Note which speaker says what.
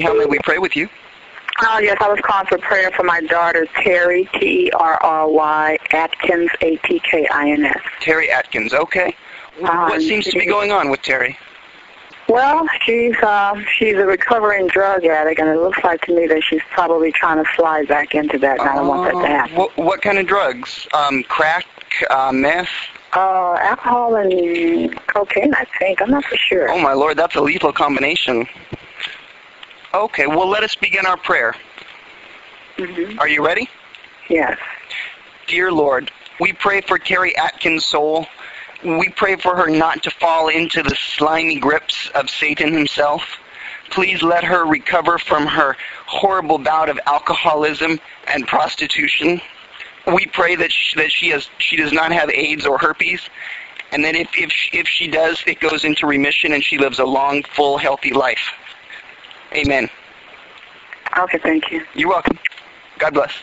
Speaker 1: How may we pray with you?
Speaker 2: Uh, yes, I was calling for prayer for my daughter, Terry, E T-E-R-R-Y, Atkins, A-T-K-I-N-S.
Speaker 1: Terry Atkins, okay.
Speaker 2: Um,
Speaker 1: what seems to be going on with Terry?
Speaker 2: Well, she's uh, she's a recovering drug addict, and it looks like to me that she's probably trying to slide back into that, and I don't want that to happen.
Speaker 1: What, Uh, what kind of drugs? Um, crack, uh, meth?
Speaker 2: Uh, alcohol and cocaine, I think. I'm not for sure.
Speaker 1: Oh my lord, that's a lethal combination. Okay, well let us begin our prayer.
Speaker 2: hmm
Speaker 1: Are you ready?
Speaker 2: Yes.
Speaker 1: Dear Lord, we pray for Terry Atkins' soul. We pray for her not to fall into the slimy grips of Satan himself. Please let her recover from her horrible bout of alcoholism and prostitution. We pray that she, that she has she does not have AIDS or herpes, and that if if she, if she does, it goes into remission and she lives a long, full, healthy life. Amen.
Speaker 2: Okay, thank you.
Speaker 1: You're welcome. God bless.